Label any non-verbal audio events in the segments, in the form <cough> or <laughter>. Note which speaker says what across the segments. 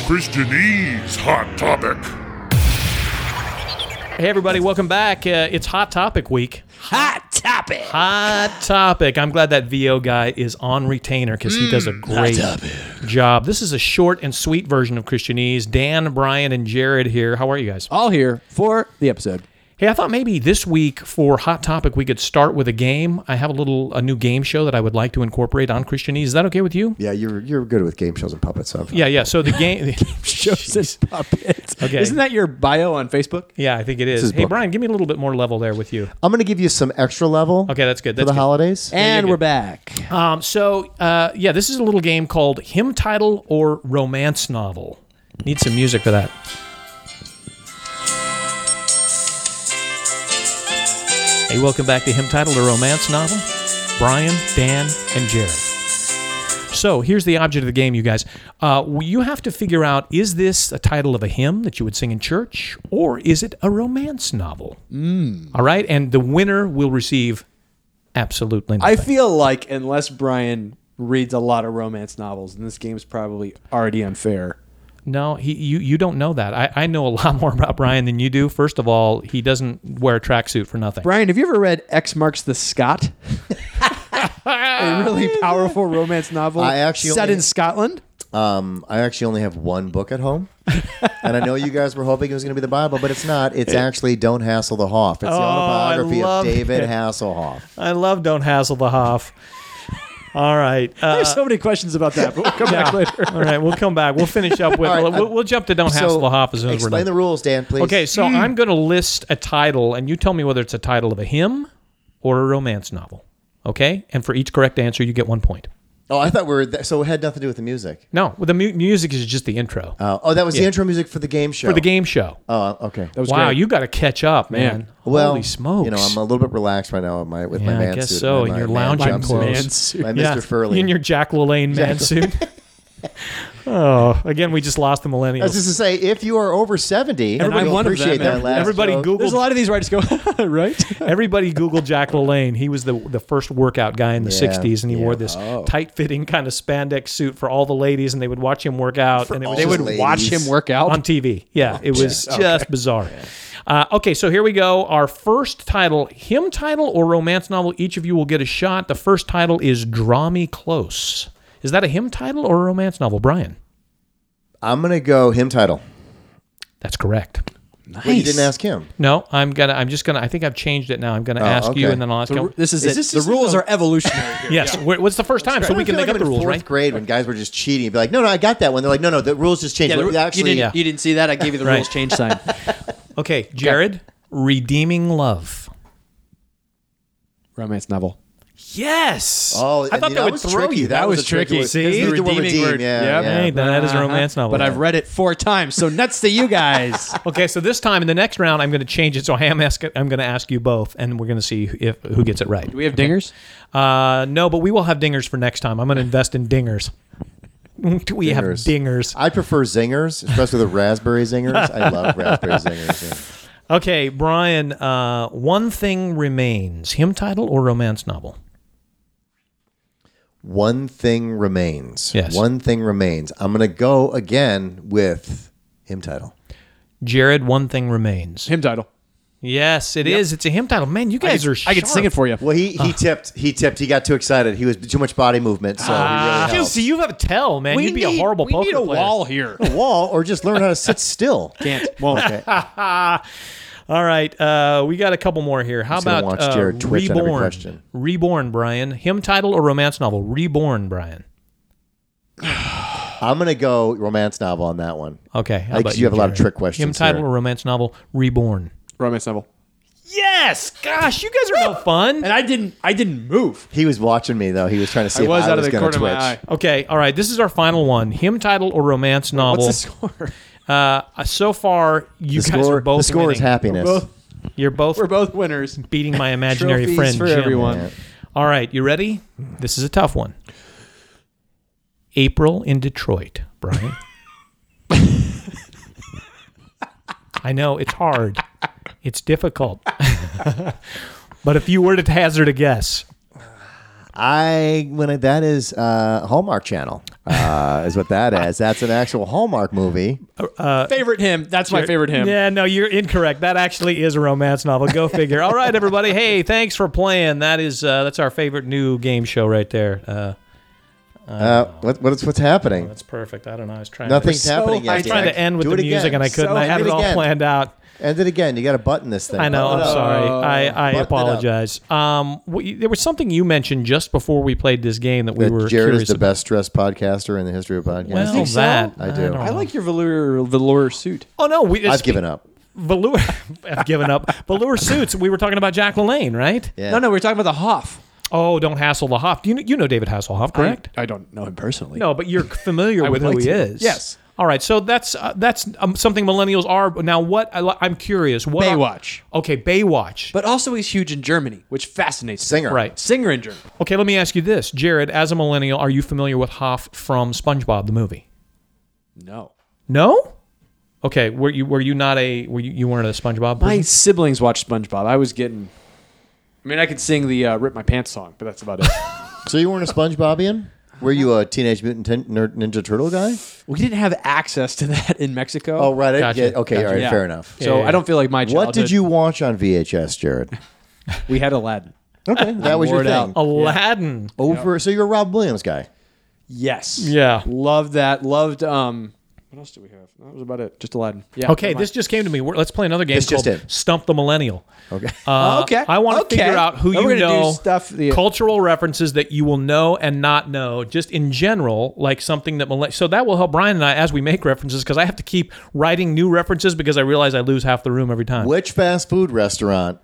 Speaker 1: Christianese Hot Topic.
Speaker 2: Hey, everybody, welcome back. Uh, it's Hot Topic Week.
Speaker 3: Hot topic.
Speaker 2: Hot Topic. I'm glad that VO guy is on retainer because he does a
Speaker 4: Mm,
Speaker 2: great job. This is a short and sweet version of Christianese. Dan, Brian, and Jared here. How are you guys?
Speaker 4: Oh.
Speaker 3: All here for the episode. <laughs>
Speaker 2: Hey, I thought maybe this week for Hot Topic we could start with a game. I have a little a new game show that I would like to incorporate on Christianese. Is that okay with you?
Speaker 4: Yeah, you're you're good with game shows and puppets. So
Speaker 2: Yeah, yeah.
Speaker 4: <laughs>
Speaker 2: So the game.
Speaker 3: Joseph Puppet.
Speaker 2: Okay.
Speaker 3: Isn't that your bio on Facebook?
Speaker 2: <laughs> Yeah, I think it is.
Speaker 4: is
Speaker 2: hey,
Speaker 4: book.
Speaker 2: Brian, give me a little bit more level there with you.
Speaker 4: I'm gonna give you some extra level.
Speaker 2: Okay, that's good.
Speaker 4: for
Speaker 2: That's
Speaker 4: the
Speaker 2: good.
Speaker 4: holidays.
Speaker 3: And we're back.
Speaker 2: Um, so, uh, yeah, this is a little game called Hymn Title or Romance Novel. Need some music for that. Hey, welcome back to Hymn Title or Romance Novel. Brian, Dan, and Jared. So here's the object of the game, you guys. Uh, you have to figure out is this a title of a hymn that you would sing in church, or is it a romance novel? All right, and the winner will receive absolutely nothing.
Speaker 3: I feel like unless Brian reads a lot of romance novels, and this game's probably already unfair.
Speaker 2: No, he you you don't know that. I, I know a <laughs> lot more about Brian than you do. First of all, he doesn't wear a tracksuit for nothing.
Speaker 3: Brian, have you ever read X Marks the <laughs> Scot? a really powerful romance novel
Speaker 4: I actually
Speaker 3: set
Speaker 4: only-
Speaker 3: in Scotland.
Speaker 4: Um, I actually only have one book
Speaker 2: <laughs>
Speaker 4: at home, and I know you guys were hoping it was gonna be the Bible, but it's not. It's actually Don't Hassle the Hoff. It's the
Speaker 2: Oh, I
Speaker 4: autobiography
Speaker 2: love
Speaker 4: of David
Speaker 2: it.
Speaker 4: Hasselhoff.
Speaker 2: I love Don't Hassle the <laughs> Hoff. All right.
Speaker 3: <laughs> I
Speaker 2: Uh,
Speaker 3: have so many questions about that, but we'll come back later.
Speaker 2: all right, we'll come back. We'll finish up with
Speaker 4: All right,
Speaker 2: we'll,
Speaker 4: uh,
Speaker 2: we'll jump to Don't Hassle the Hoff as soon as we're
Speaker 4: explain
Speaker 2: done.
Speaker 4: the rules, Hmm. Dan, please.
Speaker 2: okay, so I'm going to list a title and you tell me whether it's a title of a hymn or a romance novel. Okay? And for each correct answer, you get 1 point.
Speaker 4: Oh, I thought we were th- so it had nothing to do with the music.
Speaker 2: No, well, the mu- music is just the intro.
Speaker 4: Oh, oh, that was the intro music for the game show.
Speaker 2: for the game show.
Speaker 4: Oh, okay.
Speaker 2: wow, you got to catch up, man.
Speaker 3: Man.
Speaker 4: well,
Speaker 2: Holy smokes.
Speaker 4: You know, I'm a little bit relaxed right now with my with
Speaker 2: Yeah,
Speaker 4: my
Speaker 2: I
Speaker 4: man
Speaker 2: guess
Speaker 4: suit and
Speaker 2: so,
Speaker 4: my
Speaker 2: in your
Speaker 4: man
Speaker 2: lounging
Speaker 4: jumpsuit.
Speaker 2: clothes.
Speaker 3: Man suit.
Speaker 4: My
Speaker 2: Yeah,
Speaker 4: Mr. Furley.
Speaker 2: in your Jack LaLanne man suit.
Speaker 4: <laughs>
Speaker 2: oh, again, we just lost the
Speaker 4: I was
Speaker 2: millennials.
Speaker 4: just to say, if you are over seventy,
Speaker 3: Everybody-
Speaker 4: we'll
Speaker 3: one of them,
Speaker 4: appreciate that
Speaker 3: every-
Speaker 4: last
Speaker 2: everybody
Speaker 4: joke.
Speaker 2: Google-
Speaker 3: <laughs> There's a lot of these where I just go, <laughs> right?
Speaker 2: Everybody Google Jack LaLanne. He was the the first workout guy in the
Speaker 4: Yeah, Oh.
Speaker 2: '60s, and he wore this tight fitting kind of spandex suit for all the ladies, and they would watch him work out, and it was
Speaker 4: all
Speaker 2: just
Speaker 4: the ladies.
Speaker 3: work out.
Speaker 2: on TV. Yeah, it
Speaker 4: <laughs>
Speaker 2: was just bizarre. Uh, okay, so here we go. Our first title, hymn title or romance novel. Each of you will get a shot. The first title is "Draw Me Close." Is that a hymn title or a romance novel, Brian?
Speaker 4: I'm gonna go hymn title.
Speaker 2: That's correct.
Speaker 4: Nice. Well, you didn't ask him.
Speaker 2: No, I'm gonna. I'm just gonna. I think I've changed it now. I'm gonna ask you,
Speaker 4: Oh, okay.
Speaker 2: and then I'll ask.
Speaker 3: The
Speaker 2: you.
Speaker 3: ru- this is,
Speaker 4: Is
Speaker 3: it.
Speaker 4: this
Speaker 3: the
Speaker 4: just
Speaker 3: rules
Speaker 4: like
Speaker 3: are evolutionary. Here.
Speaker 2: yes. wh- What's the first time? So we can make up
Speaker 4: like I'm
Speaker 2: the
Speaker 4: in
Speaker 2: rules,
Speaker 4: fourth
Speaker 2: right?
Speaker 4: grade when guys were just cheating, be like, no, no, I got that one. They're like, no, no, the rules just changed.
Speaker 3: Yeah, the ru-
Speaker 4: We're
Speaker 3: you,
Speaker 4: actually,
Speaker 3: didn't,
Speaker 2: yeah.
Speaker 3: you didn't see that. I <laughs> gave you the
Speaker 2: Right.
Speaker 3: rules change sign.
Speaker 2: Okay, Jared, redeeming love.
Speaker 3: Romance novel.
Speaker 2: Yes.
Speaker 4: oh,
Speaker 2: I
Speaker 4: and
Speaker 2: thought
Speaker 4: you know,
Speaker 2: that would
Speaker 4: was
Speaker 2: throw
Speaker 4: tricky.
Speaker 2: you.
Speaker 4: That, was,
Speaker 3: was
Speaker 4: a tricky.
Speaker 3: tricky.
Speaker 4: one.
Speaker 2: See?
Speaker 4: 'Cause you
Speaker 3: The
Speaker 4: used word
Speaker 3: redeeming word.
Speaker 4: Yeah,
Speaker 3: Yeah.
Speaker 4: yeah.
Speaker 2: Hey, that is a romance
Speaker 3: Uh-huh.
Speaker 2: novel.
Speaker 3: But I've read it four times, so nuts to you <laughs> guys.
Speaker 2: Okay, so this time in the next round, I'm going to change it. So I am ask, I'm going to ask you both, and we're going to see if who gets it right.
Speaker 3: Do we have dingers?
Speaker 2: Uh, no, but we will have dingers for next time. I'm going to invest in dingers. <laughs> Do we have
Speaker 4: Dingers.
Speaker 2: dingers?
Speaker 4: I prefer zingers, especially the raspberry zingers.
Speaker 2: <laughs>
Speaker 4: I love raspberry zingers. yeah.
Speaker 2: Okay, Brian. Uh, one thing remains: hymn title or romance novel?
Speaker 4: One thing remains.
Speaker 2: Yes.
Speaker 4: One thing remains. I'm gonna go again with hymn title.
Speaker 2: Jared, one thing remains.
Speaker 3: Hymn title.
Speaker 2: Yes, it is. It's a hymn title. Man, you
Speaker 3: I
Speaker 2: guys
Speaker 3: could-
Speaker 2: are.
Speaker 3: I could sing it for you.
Speaker 4: Well, he he tipped. He tipped. He got too excited. He was too much body movement. So
Speaker 2: Ah.
Speaker 4: he
Speaker 2: <laughs>
Speaker 4: really helped.
Speaker 2: So you have a tell, man. You'd be a horrible
Speaker 3: we
Speaker 2: poker
Speaker 3: need a
Speaker 2: player. <laughs>
Speaker 3: wall here.
Speaker 4: wall, or just learn how to sit still.
Speaker 3: Can't. Won't.
Speaker 4: Okay.
Speaker 2: All right, uh, we got a couple more here. How
Speaker 4: gonna
Speaker 2: about
Speaker 4: watch
Speaker 2: uh,
Speaker 4: Jared twitch at every
Speaker 2: Reborn?
Speaker 4: question.
Speaker 2: Reborn, Brian. Hymn title or romance novel? Reborn, Brian.
Speaker 4: I'm gonna go romance novel on that one.
Speaker 2: Okay, how
Speaker 4: Like,
Speaker 2: about
Speaker 4: you have a lot of
Speaker 2: Jared?
Speaker 4: trick questions
Speaker 2: Hymn title
Speaker 4: here.
Speaker 2: or romance novel? Reborn.
Speaker 3: <laughs> Romance novel.
Speaker 2: Yes. Gosh, you guys
Speaker 3: <laughs>
Speaker 2: are no fun.
Speaker 3: And I didn't. I didn't move.
Speaker 4: He was watching me though. He was trying to see
Speaker 3: I
Speaker 4: if
Speaker 3: was
Speaker 4: I
Speaker 3: out of
Speaker 4: was
Speaker 3: the
Speaker 4: going
Speaker 3: corner
Speaker 4: to
Speaker 3: of
Speaker 4: twitch.
Speaker 3: my eye.
Speaker 2: Okay, all right. This is our final one. Hymn title or romance novel?
Speaker 3: What's the score?
Speaker 2: Uh, so far, you
Speaker 4: The
Speaker 2: guys
Speaker 4: score,
Speaker 2: are both
Speaker 4: the score
Speaker 2: winning.
Speaker 4: is happiness.
Speaker 3: Both,
Speaker 2: You're both
Speaker 3: we're both winners.
Speaker 2: beating
Speaker 4: <laughs>
Speaker 2: my imaginary
Speaker 3: Trophies
Speaker 2: friend
Speaker 3: for
Speaker 2: Jim.
Speaker 3: everyone.
Speaker 2: All right, you ready? This is a tough one. April in Detroit, Brian. <laughs> I know it's hard. It's difficult. <laughs> but if you were to hazard a guess,
Speaker 4: I when I, that is uh, Hallmark Channel. uh, is what that is. That's an actual Hallmark movie.
Speaker 3: favorite hymn. That's my favorite hymn.
Speaker 2: Uh, Yeah, no, you're incorrect. That actually is a romance novel. Go figure. All right, everybody. Hey, thanks for playing. That is uh, that's our favorite new game show right there. Uh,
Speaker 4: Uh, what, what's what's happening?
Speaker 2: that's perfect. I don't know. I was trying.
Speaker 4: Nothing's
Speaker 3: so
Speaker 4: happening
Speaker 2: To, I
Speaker 4: yet.
Speaker 2: was trying
Speaker 4: Jack.
Speaker 2: to end with
Speaker 4: Do
Speaker 2: the
Speaker 4: it
Speaker 2: music
Speaker 4: again.
Speaker 2: and I couldn't.
Speaker 4: So
Speaker 2: I had
Speaker 4: do
Speaker 2: it all
Speaker 4: again.
Speaker 2: planned out.
Speaker 4: End it again. You got to button this thing.
Speaker 2: I know. I'm
Speaker 4: Button it up.
Speaker 2: sorry. I, I
Speaker 4: Button it up.
Speaker 2: apologize. Um, we, there was something you mentioned just before we played this game that we
Speaker 4: That
Speaker 2: were
Speaker 4: Jared
Speaker 2: curious
Speaker 4: is the
Speaker 2: about.
Speaker 4: best dressed podcaster in the history of podcasting.
Speaker 2: Well,
Speaker 3: think so?
Speaker 2: that
Speaker 4: I do.
Speaker 2: don't
Speaker 3: I
Speaker 2: know.
Speaker 3: like your velour velour suit.
Speaker 2: Oh no, we.
Speaker 4: I've given up.
Speaker 2: Velour. <laughs> I've given up. Velour suits. We were talking about Jack LaLanne, right?
Speaker 4: Yeah.
Speaker 3: No, no, we're talking about the Hoff.
Speaker 2: Oh, don't hassle the Hoff. You know, you know David Hasselhoff, correct?
Speaker 3: I, I don't know him personally.
Speaker 2: No, but you're familiar with
Speaker 3: would
Speaker 2: who
Speaker 3: like
Speaker 2: he
Speaker 3: to.
Speaker 2: is.
Speaker 3: Yes.
Speaker 2: All right. So that's uh, that's um, something millennials are now. What I, li- I'm curious. What are-
Speaker 3: Baywatch.
Speaker 2: okay, Baywatch.
Speaker 3: But also he's huge in Germany, which fascinates me.
Speaker 4: Singer.
Speaker 2: right.
Speaker 3: Singer in Germany.
Speaker 2: Okay, let me ask you this, Jared. As a millennial, are you familiar with Hoff from SpongeBob the movie?
Speaker 3: No.
Speaker 2: No. Okay. Were you were you not a were you, you weren't a SpongeBob?
Speaker 3: My
Speaker 2: person?
Speaker 3: siblings watched SpongeBob. I was getting I mean, I could sing the uh, "Rip My Pants" song, but that's about it.
Speaker 4: So you weren't a SpongeBobian? Were you a Teenage Mutant Tin- Ner- Ninja Turtle guy?
Speaker 3: <laughs> we didn't have access to that in Mexico.
Speaker 4: Oh, right. I-
Speaker 2: Gotcha.
Speaker 4: yeah, okay. All right.
Speaker 3: Yeah.
Speaker 4: Fair enough.
Speaker 3: So
Speaker 2: yeah, yeah.
Speaker 3: I don't feel like my childhood.
Speaker 4: what did you watch on
Speaker 2: <laughs>
Speaker 4: VHS, Jared?
Speaker 3: We had Aladdin.
Speaker 4: Okay, that was your
Speaker 3: Word
Speaker 4: thing.
Speaker 3: out.
Speaker 2: Aladdin.
Speaker 4: Over. So you're a Rob Williams guy.
Speaker 3: Yes.
Speaker 2: Yeah.
Speaker 3: Loved that. Loved um. What else do we have? That was about it. Just Aladdin. Yeah.
Speaker 2: Okay,
Speaker 3: never
Speaker 2: this
Speaker 3: mind.
Speaker 2: just came to me. We're, let's play another game
Speaker 4: This
Speaker 2: called
Speaker 4: just in.
Speaker 2: Stump the Millennial.
Speaker 4: Okay.
Speaker 2: Uh,
Speaker 3: Oh, okay.
Speaker 2: I want to
Speaker 3: Okay.
Speaker 2: figure out who
Speaker 3: Now we're
Speaker 2: you
Speaker 3: gonna do
Speaker 2: know,
Speaker 3: stuff the-
Speaker 2: cultural references that you will know and not know, just in general, like something that millenn- so that will help Brian and I as we make references because I have to keep writing new references because I realize I lose half the room every time.
Speaker 4: Which fast food restaurant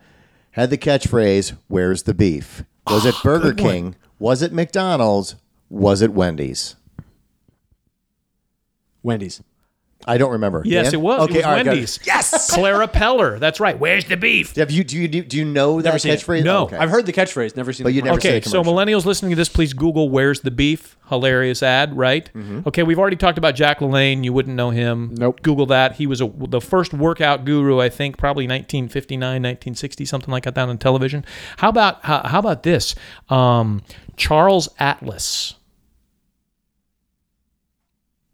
Speaker 4: had the catchphrase "Where's the beef"? Was
Speaker 2: Oh,
Speaker 4: it Burger King? Was it McDonald's? Was it Wendy's?
Speaker 3: Wendy's.
Speaker 4: I don't remember.
Speaker 2: Yes,
Speaker 4: Dan?
Speaker 2: it was.
Speaker 4: Okay,
Speaker 2: it was
Speaker 4: all right, got it.
Speaker 2: Wendy's. Yes, Clara Peller. That's right. Where's the beef?
Speaker 4: Have you do you do you know that
Speaker 3: Never seen it.
Speaker 4: catchphrase?
Speaker 2: No.
Speaker 4: okay.
Speaker 3: I've heard the catchphrase. Never seen.
Speaker 4: But
Speaker 3: the
Speaker 4: you never-
Speaker 3: commercial.
Speaker 2: Okay,
Speaker 4: seen a
Speaker 2: so millennials listening to this, please Google "Where's the beef?" Hilarious ad, right?
Speaker 4: Mm-hmm.
Speaker 2: Okay, we've already talked about Jack LaLanne. You wouldn't know him.
Speaker 3: Nope.
Speaker 2: Google that. He was a, the first workout guru, I think, probably 1959, 1960, something like that, down on television. How about how, how about this? Um, Charles Atlas.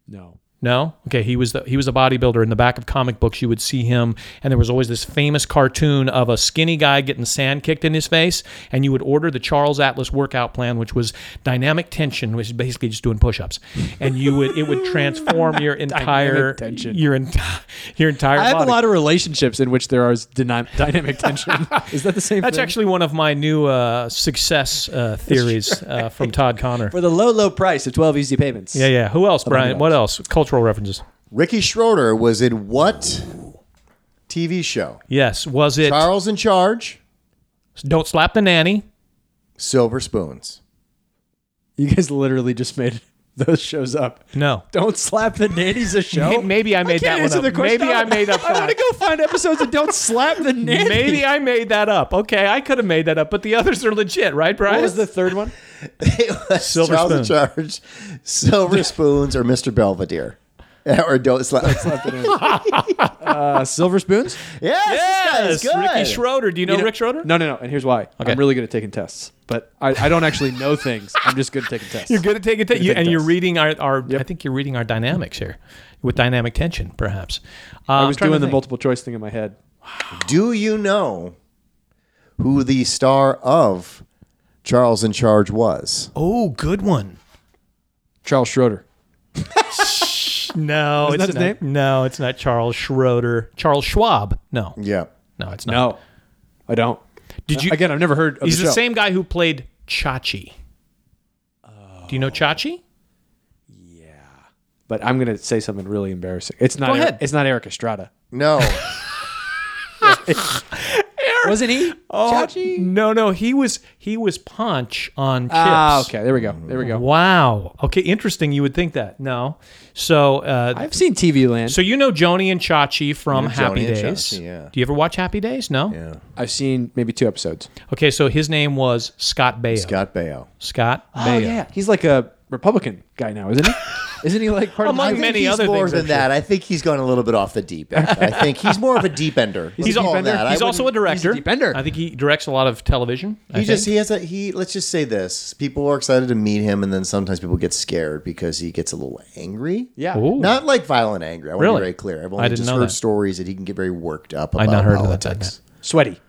Speaker 3: No.
Speaker 2: No. Okay. He was the, he was a bodybuilder. In the back of comic books, you would see him, and there was always this famous cartoon of a skinny guy getting sand kicked in his face, and you would order the Charles Atlas workout plan, which was dynamic tension, which is basically just doing push-ups, and you would it would transform your entire
Speaker 3: tension.
Speaker 2: your entire your entire.
Speaker 3: I have
Speaker 2: body.
Speaker 3: a lot of relationships in which there is dyna- <laughs> dynamic tension. Is that the same?
Speaker 2: That's
Speaker 3: thing?
Speaker 2: actually one of my new uh, success
Speaker 3: <laughs>
Speaker 2: uh, theories uh, from Todd Connor.
Speaker 3: for the low, low price of twelve easy payments.
Speaker 2: Yeah, yeah. Who else, Brian? What else? Cultural references.
Speaker 4: Ricky Schroeder was in what TV show?
Speaker 2: Yes. Was it
Speaker 4: Charles in Charge,
Speaker 2: Don't Slap the Nanny?
Speaker 4: Silver Spoons.
Speaker 3: You guys literally just made <laughs> those shows up.
Speaker 2: No.
Speaker 3: Don't slap the nannies a show.
Speaker 2: May- maybe I made
Speaker 3: can't
Speaker 2: that one
Speaker 3: answer
Speaker 2: up.
Speaker 3: the question.
Speaker 2: Maybe I made up
Speaker 3: I want to
Speaker 2: that.
Speaker 3: go find episodes of Don't Slap the <laughs> Nannies.
Speaker 2: Maybe I made that up. Okay, I could have made that up, but the others are legit, right, Brian?
Speaker 3: What was the third one?
Speaker 4: It was
Speaker 2: Silver
Speaker 4: Charles in Charge, Silver Spoons, or Mr. Belvedere. <laughs> or don't slap.
Speaker 3: Uh, Silver Spoons?
Speaker 4: <laughs> yes,
Speaker 2: yes,
Speaker 4: this guy is good.
Speaker 2: Ricky Schroeder. Do you know,
Speaker 3: You know-
Speaker 2: Rick Schroeder?
Speaker 3: No, no, no. And here's why.
Speaker 2: Okay.
Speaker 3: I'm really good at taking tests, but I, I don't actually know things. I'm just good at taking tests.
Speaker 2: You're good at taking, te- you,
Speaker 3: take
Speaker 2: and you're
Speaker 3: tests.
Speaker 2: reading our. our I think you're reading our dynamics here, with dynamic tension, perhaps. Uh,
Speaker 3: I was doing the multiple choice thing in my head.
Speaker 4: Do you know who the star of Charles in Charge was?
Speaker 2: Oh, good one.
Speaker 3: Charles Schroeder.
Speaker 2: No,
Speaker 3: Isn't
Speaker 2: it's
Speaker 3: that his
Speaker 2: not, No, it's not Charles Schroeder. Charles Schwab. No,
Speaker 4: Yeah.
Speaker 2: no, it's not.
Speaker 3: No, I don't.
Speaker 2: Did you?
Speaker 3: Again, I've never heard of
Speaker 2: he's
Speaker 3: the,
Speaker 2: the,
Speaker 3: show.
Speaker 2: same guy who played Chachi. Do you know Chachi?
Speaker 3: But I'm gonna say something really embarrassing. It's not.
Speaker 2: Go
Speaker 3: Eric-
Speaker 2: ahead.
Speaker 3: It's not Eric Estrada.
Speaker 4: No.
Speaker 3: Wasn't he? <laughs> Oh, Chachi.
Speaker 2: No, no, he was he was Punch on Chips.
Speaker 3: Ah, okay. There we go. There we go.
Speaker 2: Wow. Okay, interesting. You would think that. No. So, uh,
Speaker 3: I've seen TV Land.
Speaker 2: so you know Joni and Chachi from Happy
Speaker 4: Joni and
Speaker 2: Days.
Speaker 4: Chachi, yeah.
Speaker 2: Do you ever watch Happy Days? No.
Speaker 4: yeah.
Speaker 3: I've seen maybe two episodes.
Speaker 2: Okay, so his name was Scott Baio.
Speaker 4: Scott Oh, Baio.
Speaker 3: Oh,
Speaker 2: Scott Baio.
Speaker 3: <laughs> he's like a Republican guy now, isn't he? Isn't he like part
Speaker 2: Among
Speaker 3: of
Speaker 4: I
Speaker 3: the
Speaker 4: think
Speaker 2: many
Speaker 4: he's
Speaker 2: other
Speaker 4: more
Speaker 2: <laughs> things,
Speaker 4: than
Speaker 2: I'm
Speaker 4: that. I think he's going a little bit off the deep end. I think he's more of a deep ender.
Speaker 2: <laughs>
Speaker 4: Let's
Speaker 2: He's,
Speaker 4: call
Speaker 2: al-
Speaker 4: him that. I
Speaker 2: he's also a
Speaker 4: wouldn't-
Speaker 2: director.
Speaker 3: deep ender.
Speaker 2: I think he directs a lot of television. I
Speaker 4: He just
Speaker 2: think.
Speaker 4: he has a he. Let's just say this: people are excited to meet him, and then sometimes people get scared because he gets a little angry.
Speaker 3: Yeah.
Speaker 2: Ooh.
Speaker 4: Not like violent anger. I want to
Speaker 2: Really?
Speaker 4: be very clear. I've
Speaker 2: I
Speaker 4: only
Speaker 2: didn't
Speaker 4: just
Speaker 2: know
Speaker 4: heard
Speaker 2: that.
Speaker 4: stories that he can get very worked up about
Speaker 2: I'd not heard of that,
Speaker 4: politics.
Speaker 3: sweaty?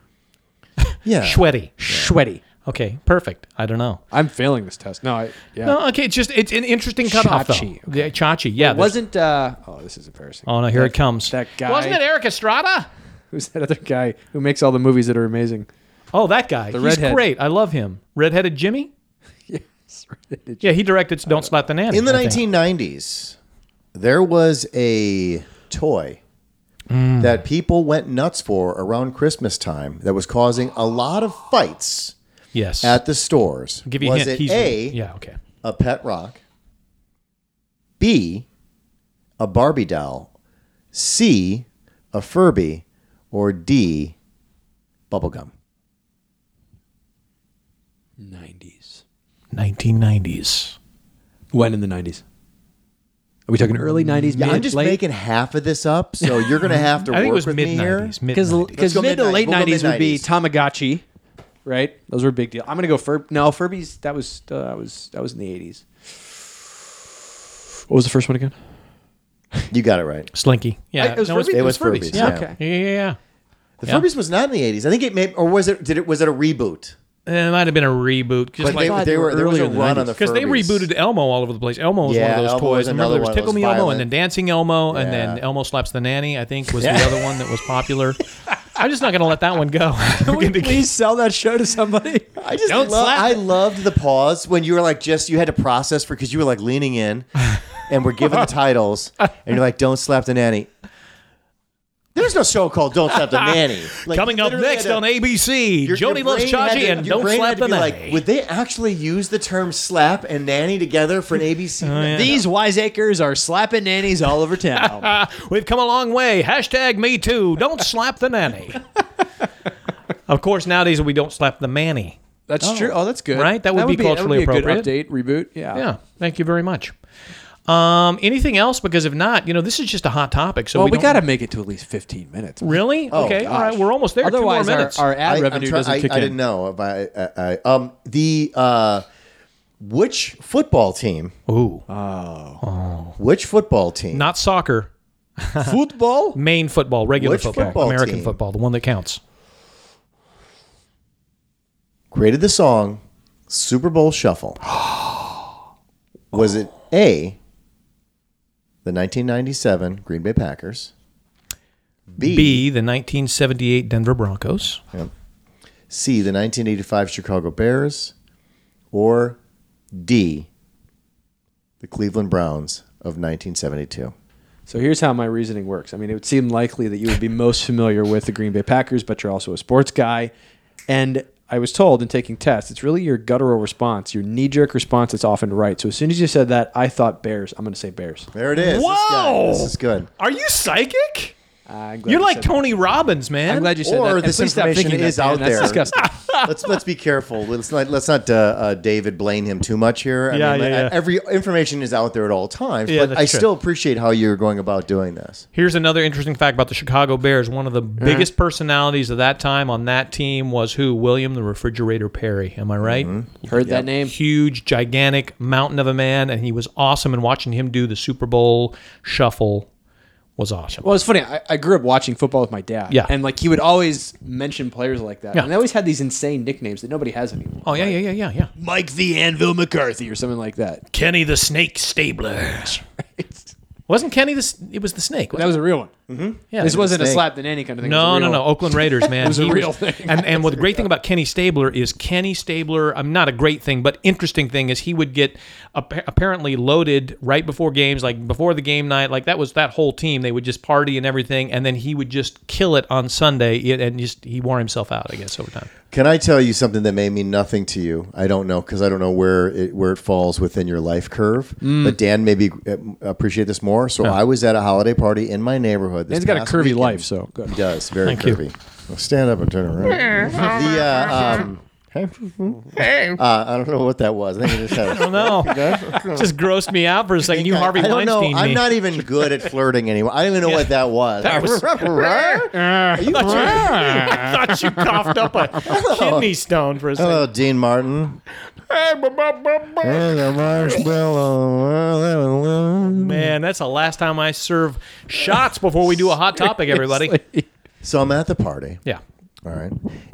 Speaker 4: Yeah.
Speaker 2: Schweddy.
Speaker 3: Sweaty.
Speaker 2: Okay, perfect. I don't know.
Speaker 3: I'm failing this test. No, I yeah.
Speaker 2: No, okay, it's just it's an interesting cutoff
Speaker 3: Chachi,
Speaker 2: though. Yeah, Chachi. Yeah,
Speaker 3: It
Speaker 2: there's-
Speaker 3: wasn't uh oh this is embarrassing.
Speaker 2: Oh no, here it comes.
Speaker 3: that guy-
Speaker 2: wasn't it Eric Estrada?
Speaker 3: Who's that other guy who makes all the movies that are amazing?
Speaker 2: Oh, that guy. He's
Speaker 3: redhead.
Speaker 2: great. I love him. Redheaded Jimmy.
Speaker 3: <laughs> Yes.
Speaker 2: Yeah, he directed "Don't Slap the Nanny"
Speaker 4: In the
Speaker 2: I think.
Speaker 4: 1990s, there was a toy
Speaker 2: Hmm.
Speaker 4: that people went nuts for around Christmas time that was causing a lot of fights
Speaker 2: Yes.
Speaker 4: at the stores.
Speaker 2: Give you
Speaker 4: was
Speaker 2: a hint.
Speaker 4: it a
Speaker 2: yeah. Okay.
Speaker 4: a pet rock, B a Barbie doll, C a Furby, or D bubblegum?
Speaker 3: Nineties.
Speaker 2: 1990s.
Speaker 3: When in the nineties? Are we talking early nineties?
Speaker 4: Yeah, I'm just making half of this
Speaker 2: <laughs>
Speaker 4: up, so you're gonna have to
Speaker 2: I
Speaker 4: work
Speaker 2: think it was
Speaker 4: with
Speaker 2: mid
Speaker 4: me here.
Speaker 2: 90s. Mid
Speaker 3: because
Speaker 2: 90s.
Speaker 4: Let's
Speaker 3: because
Speaker 4: go
Speaker 3: mid to
Speaker 4: mid-nineties.
Speaker 3: late
Speaker 4: We'll go
Speaker 3: nineties would be
Speaker 4: mid-nineties.
Speaker 3: Tamagotchi, right? Those were a big deal. I'm gonna go Furb. No, Furby's that was uh, that was that was in the eighties. What was the first one again?
Speaker 4: You got it right.
Speaker 2: Slinky. Yeah.
Speaker 3: I- it was
Speaker 2: no, it's-
Speaker 3: Furby-
Speaker 4: It was
Speaker 3: Furbies,
Speaker 4: Furbies.
Speaker 2: yeah.
Speaker 4: yeah.
Speaker 2: Yeah. Yeah. yeah.
Speaker 4: The
Speaker 2: Yeah.
Speaker 4: Furbies was not in the eighties. I think it may, or was it? Did it? Was it a reboot?
Speaker 2: It might have been a reboot. Just
Speaker 4: But
Speaker 2: like,
Speaker 4: they,
Speaker 3: thought
Speaker 4: they
Speaker 3: they
Speaker 4: were
Speaker 3: were
Speaker 4: there was a
Speaker 3: earlier in the
Speaker 4: run on the
Speaker 2: because they
Speaker 4: Furbies.
Speaker 2: rebooted Elmo all over the place. Elmo was
Speaker 4: Yeah,
Speaker 2: one of those
Speaker 4: Elmo was
Speaker 2: toys. I remember
Speaker 4: another
Speaker 2: there was
Speaker 4: one that
Speaker 2: Tickle
Speaker 4: was
Speaker 2: Me Elmo and
Speaker 4: violent.
Speaker 2: then Dancing Elmo and then
Speaker 4: Yeah.
Speaker 2: Elmo slaps the nanny. I think was the other one that was
Speaker 4: <laughs>
Speaker 2: popular. I'm just not going to let that one go.
Speaker 3: <laughs>
Speaker 2: <laughs>
Speaker 3: Can we please sell that show to <laughs> somebody?
Speaker 4: I just
Speaker 2: Don't
Speaker 4: lo-
Speaker 2: slap
Speaker 4: I
Speaker 2: it.
Speaker 4: loved the pause when you were like just you had to process for because you were like leaning in, and we're giving the titles, and you're like, "Don't slap the nanny." There's no show called "Don't Slap the
Speaker 2: <laughs>
Speaker 4: Nanny." Like,
Speaker 2: Coming up
Speaker 4: literally
Speaker 2: next
Speaker 4: had to-
Speaker 2: on ABC,
Speaker 4: your-
Speaker 2: Jody
Speaker 4: your
Speaker 2: loves
Speaker 4: brain had
Speaker 2: Chachi
Speaker 4: to-
Speaker 2: and
Speaker 4: your
Speaker 2: don't
Speaker 4: brain
Speaker 2: slap
Speaker 4: had to
Speaker 2: the
Speaker 4: be
Speaker 2: nanny.
Speaker 4: Would they actually use the term "slap" and "nanny" together for
Speaker 2: <laughs>
Speaker 4: an ABC?
Speaker 2: Oh,
Speaker 3: These wiseacres are slapping nannies all over town.
Speaker 2: We've come a long way. Hashtag me too.
Speaker 4: <laughs>
Speaker 2: Don't slap the nanny. of course, nowadays we don't slap the manny.
Speaker 3: <laughs> that's true. Oh, that's good.
Speaker 2: Right? That would be culturally
Speaker 3: a good
Speaker 2: appropriate.
Speaker 3: update reboot. Yeah.
Speaker 2: Yeah, thank you very much. Um, anything else? Because if not, you know, this is just a hot topic. So
Speaker 3: Well, we,
Speaker 2: don't-
Speaker 3: got to make it to at least 15 minutes.
Speaker 2: really okay. All right, we're almost there.
Speaker 3: Otherwise,
Speaker 2: Two more
Speaker 3: our,
Speaker 2: minutes.
Speaker 3: our ad
Speaker 4: I'm
Speaker 3: revenue
Speaker 4: try-
Speaker 3: doesn't
Speaker 4: I,
Speaker 3: kick
Speaker 4: I
Speaker 3: in.
Speaker 4: didn't know. If I, I, I, um, the uh, which football team?
Speaker 2: Ooh,
Speaker 4: Which football team?
Speaker 2: not soccer.
Speaker 3: Football?
Speaker 2: Main football, regular
Speaker 4: Which
Speaker 2: football,
Speaker 4: football
Speaker 2: American
Speaker 4: team?
Speaker 2: football, the one that counts.
Speaker 4: created the song Super Bowl Shuffle? Was it A, the 1997 Green Bay Packers? B,
Speaker 2: B, the 1978 Denver Broncos.
Speaker 4: C, the 1985 Chicago Bears? Or D, the Cleveland Browns of 1972?
Speaker 3: So here's how my reasoning works. I mean, it would seem likely that you would be most familiar with the Green Bay Packers, but you're also a sports guy. And I was told in taking tests, it's really your guttural response, your knee jerk response that's often right. So as soon as you said that, I thought Bears. I'm going to say Bears.
Speaker 4: There it is. This guy-
Speaker 2: Whoa!
Speaker 4: This is good.
Speaker 2: Are you psychic?
Speaker 3: I'm glad
Speaker 2: You're
Speaker 3: you
Speaker 2: like
Speaker 3: said
Speaker 2: Tony Robbins, man.
Speaker 3: That. I'm glad you said
Speaker 4: Or
Speaker 3: that. And
Speaker 4: this
Speaker 3: please stop
Speaker 4: information
Speaker 3: thinking that,
Speaker 4: is out
Speaker 3: Dan. That's
Speaker 4: there.
Speaker 3: disgusting.
Speaker 4: <laughs> let's let's be careful. Let's not let's not uh, uh, David Blaine him too much here. I
Speaker 2: Yeah, yeah,
Speaker 4: like,
Speaker 2: yeah.
Speaker 4: Every information is out there at all times,
Speaker 2: Yeah,
Speaker 4: but
Speaker 2: that's
Speaker 4: I
Speaker 2: true.
Speaker 4: still appreciate how you're going about doing this.
Speaker 2: Here's another interesting fact about the Chicago Bears. One of the biggest personalities of that time on that team was who? William the Refrigerator Perry. Am I right?
Speaker 3: Heard that name?
Speaker 2: Huge, gigantic mountain of a man, and he was awesome. And watching him do the Super Bowl shuffle was awesome.
Speaker 3: Well, it's funny. I, I grew up watching football with my dad.
Speaker 2: Yeah.
Speaker 3: And like he would always mention players like that.
Speaker 2: Yeah.
Speaker 3: And they always had these insane nicknames that nobody has anymore.
Speaker 2: oh yeah, yeah, yeah, yeah, yeah.
Speaker 3: Mike the Anvil McCarthy or something like <laughs> that.
Speaker 2: Kenny the Snake Stabler.
Speaker 3: that
Speaker 2: Wasn't Kenny the? s- It was the snake. wasn't
Speaker 3: was a real one. Mm-hmm.
Speaker 2: it? yeah,
Speaker 3: This
Speaker 2: it was-
Speaker 3: wasn't a
Speaker 4: snake.
Speaker 3: slap the nanny kind of thing. It
Speaker 2: No,
Speaker 3: was a
Speaker 2: no,
Speaker 3: real
Speaker 2: no.
Speaker 3: one.
Speaker 2: Oakland
Speaker 3: <laughs>
Speaker 2: Raiders, man. it
Speaker 3: was a real thing.
Speaker 2: And, and
Speaker 3: <laughs>
Speaker 2: what the great thing about Kenny Stabler is Kenny Stabler, I'm not a great thing, but interesting thing is he would get appa- apparently loaded right before games, like before the game night. Like that was that whole team. They would just party and everything. And then he would just kill it on Sunday it- and just he wore himself out, I guess, over
Speaker 4: <laughs>
Speaker 2: time.
Speaker 4: Can I tell you something that may mean nothing to you? I don't know because I don't know where it where it falls within your life curve.
Speaker 3: Mm.
Speaker 4: But Dan maybe uh, appreciate this more. So I was at a holiday party in my neighborhood. This
Speaker 3: Dan's got a
Speaker 4: past
Speaker 3: curvy
Speaker 4: weekend.
Speaker 3: life, so good.
Speaker 4: He does very
Speaker 2: you.
Speaker 4: curvy. Well, stand up and turn around. the uh, um, <laughs> Uh, I don't know what that was. I think it just
Speaker 3: <laughs>
Speaker 2: <laughs>
Speaker 4: had.
Speaker 2: No, just grossed me out for a second. You Harvey
Speaker 4: I don't know.
Speaker 2: Weinstein me. <laughs>
Speaker 4: I'm not even good at flirting anymore. I don't even know what that was.
Speaker 2: That
Speaker 4: <laughs>
Speaker 2: was-
Speaker 4: Are you-
Speaker 2: <laughs> I thought you coughed
Speaker 4: <laughs>
Speaker 2: up a kidney stone for a second.
Speaker 4: Hello, Dean Martin. There's a marshmallow.
Speaker 2: Man, that's the last time I serve shots before we do a hot topic, everybody.
Speaker 4: So I'm at the party.
Speaker 2: Yeah.
Speaker 4: All right.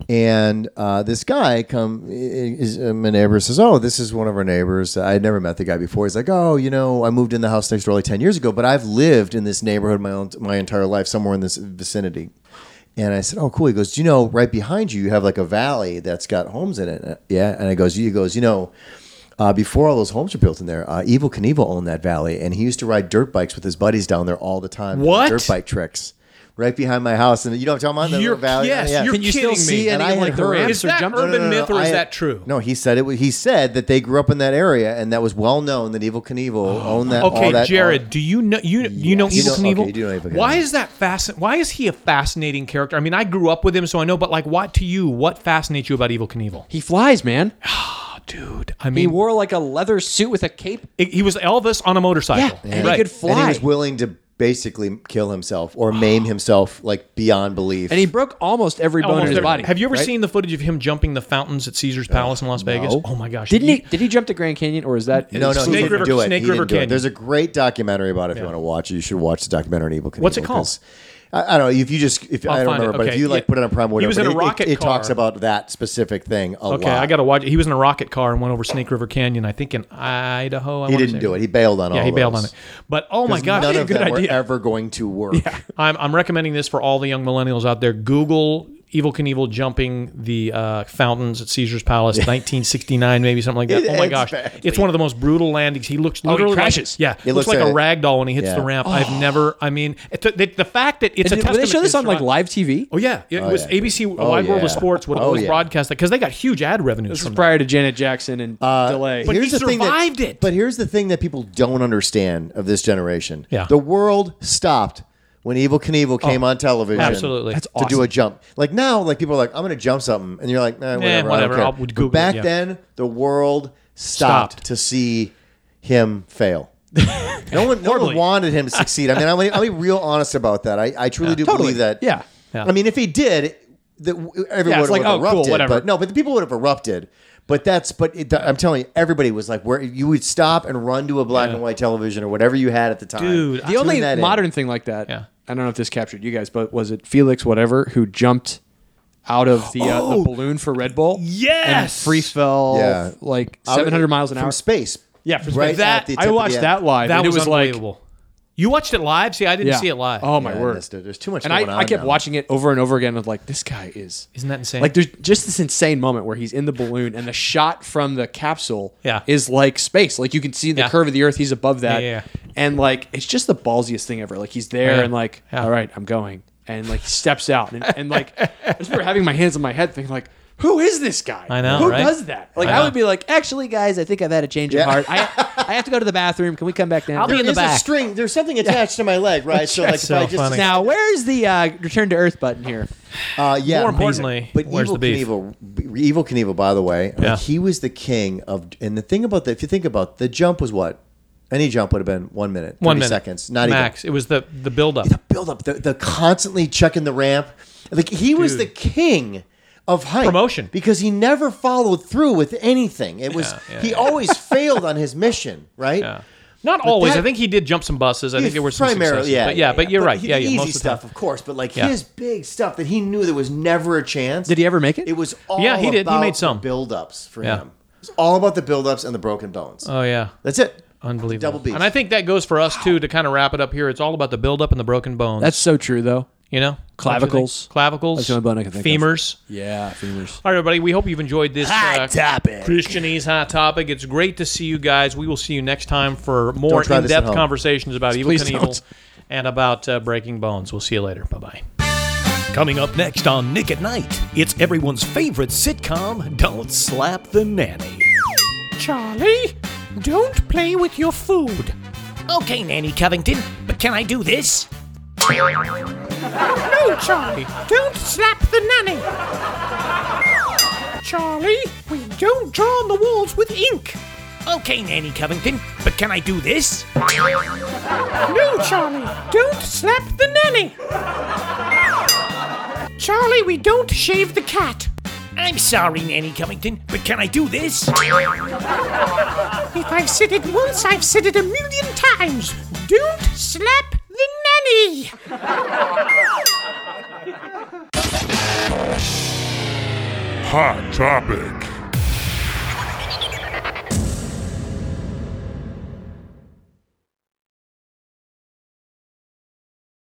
Speaker 4: And uh, this guy come is uh, my neighbor says, "Oh, this is one of our neighbors. I had never met the guy before." He's like, "Oh, you know, I moved in the house next door like ten years ago, but I've lived in this neighborhood my own, my entire life, somewhere in this vicinity." And I said, "Oh, cool." He goes, "Do you know right behind you you have like a valley that's got homes in it?" Uh, Yeah. And I goes, "He goes, you know." Uh, before all those homes were built in there, uh, Evil Knievel owned that valley, and he used to ride dirt bikes with his buddies down there all the time. doing
Speaker 2: What?
Speaker 4: dirt bike tricks? Right behind my house, and you know what I'm talking about? The
Speaker 2: You're-
Speaker 4: little valley.
Speaker 2: yes, you're
Speaker 4: Can you still
Speaker 2: kidding me.
Speaker 4: see
Speaker 3: And
Speaker 4: any
Speaker 3: I
Speaker 4: of
Speaker 3: had
Speaker 4: like
Speaker 3: heard-
Speaker 4: her-
Speaker 2: Is
Speaker 3: so
Speaker 2: that
Speaker 3: jump-
Speaker 2: urban
Speaker 4: no, no, no,
Speaker 2: myth or is
Speaker 4: I-
Speaker 2: that true?
Speaker 4: No, he said it. was- He said that they grew up in that area and that was well known that Evil Knievel owned that. all
Speaker 2: Oh, Okay,
Speaker 4: that-
Speaker 2: Jared,
Speaker 4: all-
Speaker 2: do you know you you know
Speaker 4: You
Speaker 2: Evil
Speaker 4: know-
Speaker 2: Knievel?
Speaker 4: okay, you do know Evil
Speaker 2: Why
Speaker 4: Knievel.
Speaker 2: is that fascin- Why is he a fascinating character? I mean, I grew up with him, so I know. But like, what to you? What fascinates you about Evil Knievel?
Speaker 3: He flies, man.
Speaker 2: Dude, I
Speaker 3: He
Speaker 2: mean,
Speaker 3: wore like a leather suit with a cape.
Speaker 2: it- he was Elvis on a motorcycle.
Speaker 3: Yeah, and he
Speaker 2: right.
Speaker 3: could
Speaker 4: and he was
Speaker 3: Fly.
Speaker 4: willing to basically kill himself or maim himself like beyond belief.
Speaker 3: And he broke almost every bone
Speaker 2: Almost
Speaker 3: in his
Speaker 2: every-
Speaker 3: body.
Speaker 2: Have you ever
Speaker 3: right?
Speaker 2: seen the footage of him jumping the fountains at Caesar's Palace in Las Vegas? Oh my gosh!
Speaker 3: Didn't he? Did he jump to Grand Canyon or is that?
Speaker 4: no, no,
Speaker 2: Snake
Speaker 4: he didn't
Speaker 2: River-
Speaker 4: do it.
Speaker 2: Snake
Speaker 4: He didn't
Speaker 2: River
Speaker 4: do it.
Speaker 2: Canyon.
Speaker 4: There's a great documentary about it. If you want to watch it, you should watch the documentary on Evil Knievel.
Speaker 2: What's it called?
Speaker 4: 'cause I, I don't know if you just if
Speaker 2: I'll
Speaker 4: I don't
Speaker 2: find it.
Speaker 4: remember, but
Speaker 2: Okay,
Speaker 4: if you like
Speaker 2: yeah.
Speaker 4: put it on Prime,
Speaker 2: He was in a
Speaker 4: whatever, but it- it-
Speaker 2: rocket
Speaker 4: It, talks
Speaker 2: car.
Speaker 4: about that specific thing a lot.
Speaker 2: Okay, I got to watch it. He was in a rocket car and went over Snake River Canyon, I think in Idaho. I
Speaker 4: He
Speaker 2: wanna
Speaker 4: didn't
Speaker 2: say.
Speaker 4: do it. He bailed on all.
Speaker 2: Yeah, he bailed
Speaker 4: those.
Speaker 2: on it. But oh my gosh, <laughs>
Speaker 4: none
Speaker 2: what a
Speaker 4: of
Speaker 2: good
Speaker 4: them were
Speaker 2: idea.
Speaker 4: ever going to work.
Speaker 2: I'm, I'm recommending this for all the young millennials out there. Google Evil Knievel jumping the uh, fountains at Caesar's Palace,
Speaker 4: <laughs>
Speaker 2: 1969, maybe something like that.
Speaker 4: It
Speaker 2: oh my
Speaker 4: ends
Speaker 2: gosh,
Speaker 4: badly.
Speaker 2: it's one of the most brutal landings. He looks literally like-
Speaker 3: Oh, crashes.
Speaker 2: yeah,
Speaker 4: It
Speaker 2: looks,
Speaker 4: looks
Speaker 2: like a
Speaker 4: like-
Speaker 2: rag doll when he hits the
Speaker 4: yeah. Oh.
Speaker 2: ramp. I've never. I mean, it, the, the fact that it's a
Speaker 3: Did, were they
Speaker 2: testament
Speaker 3: show
Speaker 2: to
Speaker 3: this
Speaker 2: his
Speaker 3: on like
Speaker 2: drive.
Speaker 3: live TV?
Speaker 2: Oh yeah, it was
Speaker 4: yeah.
Speaker 2: ABC
Speaker 4: Oh,
Speaker 2: uh, Wide World
Speaker 4: yeah.
Speaker 2: of Sports would
Speaker 4: Oh,
Speaker 2: always
Speaker 4: yeah.
Speaker 2: broadcast that because they got huge ad revenues
Speaker 3: This was
Speaker 2: from that.
Speaker 3: prior to Janet Jackson and delay.
Speaker 2: Uh, but- he survived
Speaker 4: thing that,
Speaker 2: it.
Speaker 4: But here's the thing that people don't understand of this generation.
Speaker 2: Yeah. Oh,
Speaker 4: The world stopped when Evil Knievel came on television.
Speaker 2: absolutely. That's
Speaker 4: To do a jump. Like now, like people are like, I'm going to jump something. And you're like, nah, whatever. I
Speaker 2: Eh, whatever,
Speaker 4: don't care.
Speaker 2: I'll- we'll
Speaker 4: But
Speaker 2: Google it,
Speaker 4: back
Speaker 2: yeah.
Speaker 4: then, the world stopped,
Speaker 2: Stopped.
Speaker 4: to see him
Speaker 2: <laughs>
Speaker 4: fail. no one, no
Speaker 2: Horribly.
Speaker 4: one wanted him to succeed. I mean, I'll be, I'll be real honest about that. I, I truly do
Speaker 3: Totally.
Speaker 4: believe that.
Speaker 3: Yeah.
Speaker 2: Yeah.
Speaker 4: I mean, if he did, that everyone
Speaker 3: Yeah,
Speaker 4: would
Speaker 3: it's like,
Speaker 4: have
Speaker 3: oh, cool,
Speaker 4: erupted.
Speaker 3: whatever.
Speaker 4: But no, but the people would have erupted. But that's but it, I'm telling you, everybody was like, where you would stop and run to a black and white television or whatever you had at the time.
Speaker 2: Dude,
Speaker 4: Tune
Speaker 3: the only
Speaker 4: that in.
Speaker 3: modern thing like that.
Speaker 2: Yeah.
Speaker 3: I don't know if this captured you guys, but was it Felix whatever who jumped out of the, uh, the balloon for Red Bull? and
Speaker 2: Oh! Yes!
Speaker 3: free fell
Speaker 4: Yeah.
Speaker 3: like
Speaker 4: Out of-
Speaker 3: 700 miles an
Speaker 4: from
Speaker 3: hour.
Speaker 4: space.
Speaker 3: yeah, from
Speaker 4: right
Speaker 3: space.
Speaker 4: at the tip
Speaker 3: I
Speaker 4: of
Speaker 3: watched
Speaker 4: the-
Speaker 3: that live.
Speaker 2: That
Speaker 3: and
Speaker 2: was,
Speaker 3: it was like,
Speaker 2: unbelievable. you watched it live? See, I didn't
Speaker 3: yeah.
Speaker 2: see it live.
Speaker 3: Oh my
Speaker 4: Yeah, I
Speaker 3: word!
Speaker 4: missed it. There's too much
Speaker 3: And I,
Speaker 4: going on
Speaker 3: I kept
Speaker 4: now.
Speaker 3: watching it over and over again. I was like, this guy is
Speaker 2: Isn't that insane?
Speaker 3: like there's just this insane moment where he's in the balloon and the shot from the capsule
Speaker 2: Yeah.
Speaker 3: is like space. Like you can see the
Speaker 2: Yeah.
Speaker 3: curve of the earth. He's above that.
Speaker 2: Yeah, yeah,
Speaker 3: And like it's just the ballsiest thing ever. Like he's there
Speaker 2: Yeah.
Speaker 3: and like,
Speaker 2: Yeah.
Speaker 3: all right, I'm going. And like he steps out and, and like I just remember having my hands on my head thinking like who is this guy?
Speaker 2: I know,
Speaker 3: Who
Speaker 2: right?
Speaker 3: does that? Like
Speaker 2: I
Speaker 3: I,
Speaker 2: know.
Speaker 3: would be like, actually, guys, I think I've had a change of heart. I, I have to go to the bathroom. Can we come back down?
Speaker 2: I'll be in the
Speaker 4: There's a
Speaker 2: back.
Speaker 4: string. There's
Speaker 3: <laughs>
Speaker 4: something attached to my leg, right? So like,
Speaker 2: so
Speaker 4: if I just
Speaker 2: funny.
Speaker 3: now, where's the uh, return to Earth button here?
Speaker 4: Uh, yeah.
Speaker 2: More
Speaker 4: amazing.
Speaker 2: importantly,
Speaker 4: but
Speaker 2: where's
Speaker 4: Evil
Speaker 2: the beef?
Speaker 4: Knievel, B- Evil Knievel, by the way, like,
Speaker 2: Yeah.
Speaker 4: he was the king of. And the thing about that, if you think about the jump was what any jump would have been one minute,
Speaker 2: One
Speaker 4: 30
Speaker 2: minute.
Speaker 4: seconds, not even
Speaker 2: max. It was the the buildup.
Speaker 4: the buildup, the, the constantly checking the ramp. Like he was
Speaker 2: Dude.
Speaker 4: the king of hype
Speaker 2: Promotion.
Speaker 4: because he never followed through with anything. It was
Speaker 2: yeah,
Speaker 4: he
Speaker 2: <laughs>
Speaker 4: always failed on his mission, right?
Speaker 2: Yeah. Not always.
Speaker 4: that-
Speaker 2: I think he did jump some buses. I think there were some successes.
Speaker 4: primarily, yeah,
Speaker 2: but yeah, but you're right.
Speaker 4: he-
Speaker 2: Yeah,
Speaker 4: the
Speaker 2: yeah,
Speaker 4: easy
Speaker 2: most of the
Speaker 4: stuff,
Speaker 2: time.
Speaker 4: of course. But like
Speaker 2: Yeah.
Speaker 4: his big stuff that he knew there was never a chance.
Speaker 3: Did he ever make it?
Speaker 4: It was all
Speaker 2: Yeah, he did. He
Speaker 4: about
Speaker 2: made some.
Speaker 4: the buildups for
Speaker 2: Yeah.
Speaker 4: him. It was all about the buildups and the broken bones.
Speaker 2: Oh yeah,
Speaker 4: That's it.
Speaker 2: unbelievable.
Speaker 4: Double beef.
Speaker 2: And I think that goes for us too. To kind of wrap it up here, it's all about the buildup and the broken bones.
Speaker 3: That's so true, though.
Speaker 2: you know,
Speaker 3: Clavicles.
Speaker 2: clavicles,
Speaker 3: That's the only bone I can think of.
Speaker 2: femurs.
Speaker 3: Yeah, femurs.
Speaker 2: All right, everybody. We hope you've enjoyed this uh,
Speaker 4: Hot topic.
Speaker 2: Christianese hot topic. It's great to see you guys. We will see you next time for more
Speaker 4: Don't try this at
Speaker 2: in-depth
Speaker 4: home.
Speaker 2: conversations about evil
Speaker 3: Please
Speaker 2: Knievel
Speaker 3: don't.
Speaker 2: and about uh, breaking bones. We'll see you later. Bye bye. Coming up next on Nick at Night, it's everyone's favorite sitcom. Don't slap the nanny.
Speaker 1: Charlie, don't play with your food. Okay, Nanny Covington, but can I do this? No, Charlie, don't slap the nanny.
Speaker 2: Charlie. We don't draw on the walls with ink. Okay, Nanny Covington, but can I do this? No, Charlie, don't slap the nanny. Charlie, we don't shave the cat. I'm sorry, Nanny Covington, but can I do this? If I've said it once, I've said it a million times. Don't slap the nanny.
Speaker 1: Hot topic.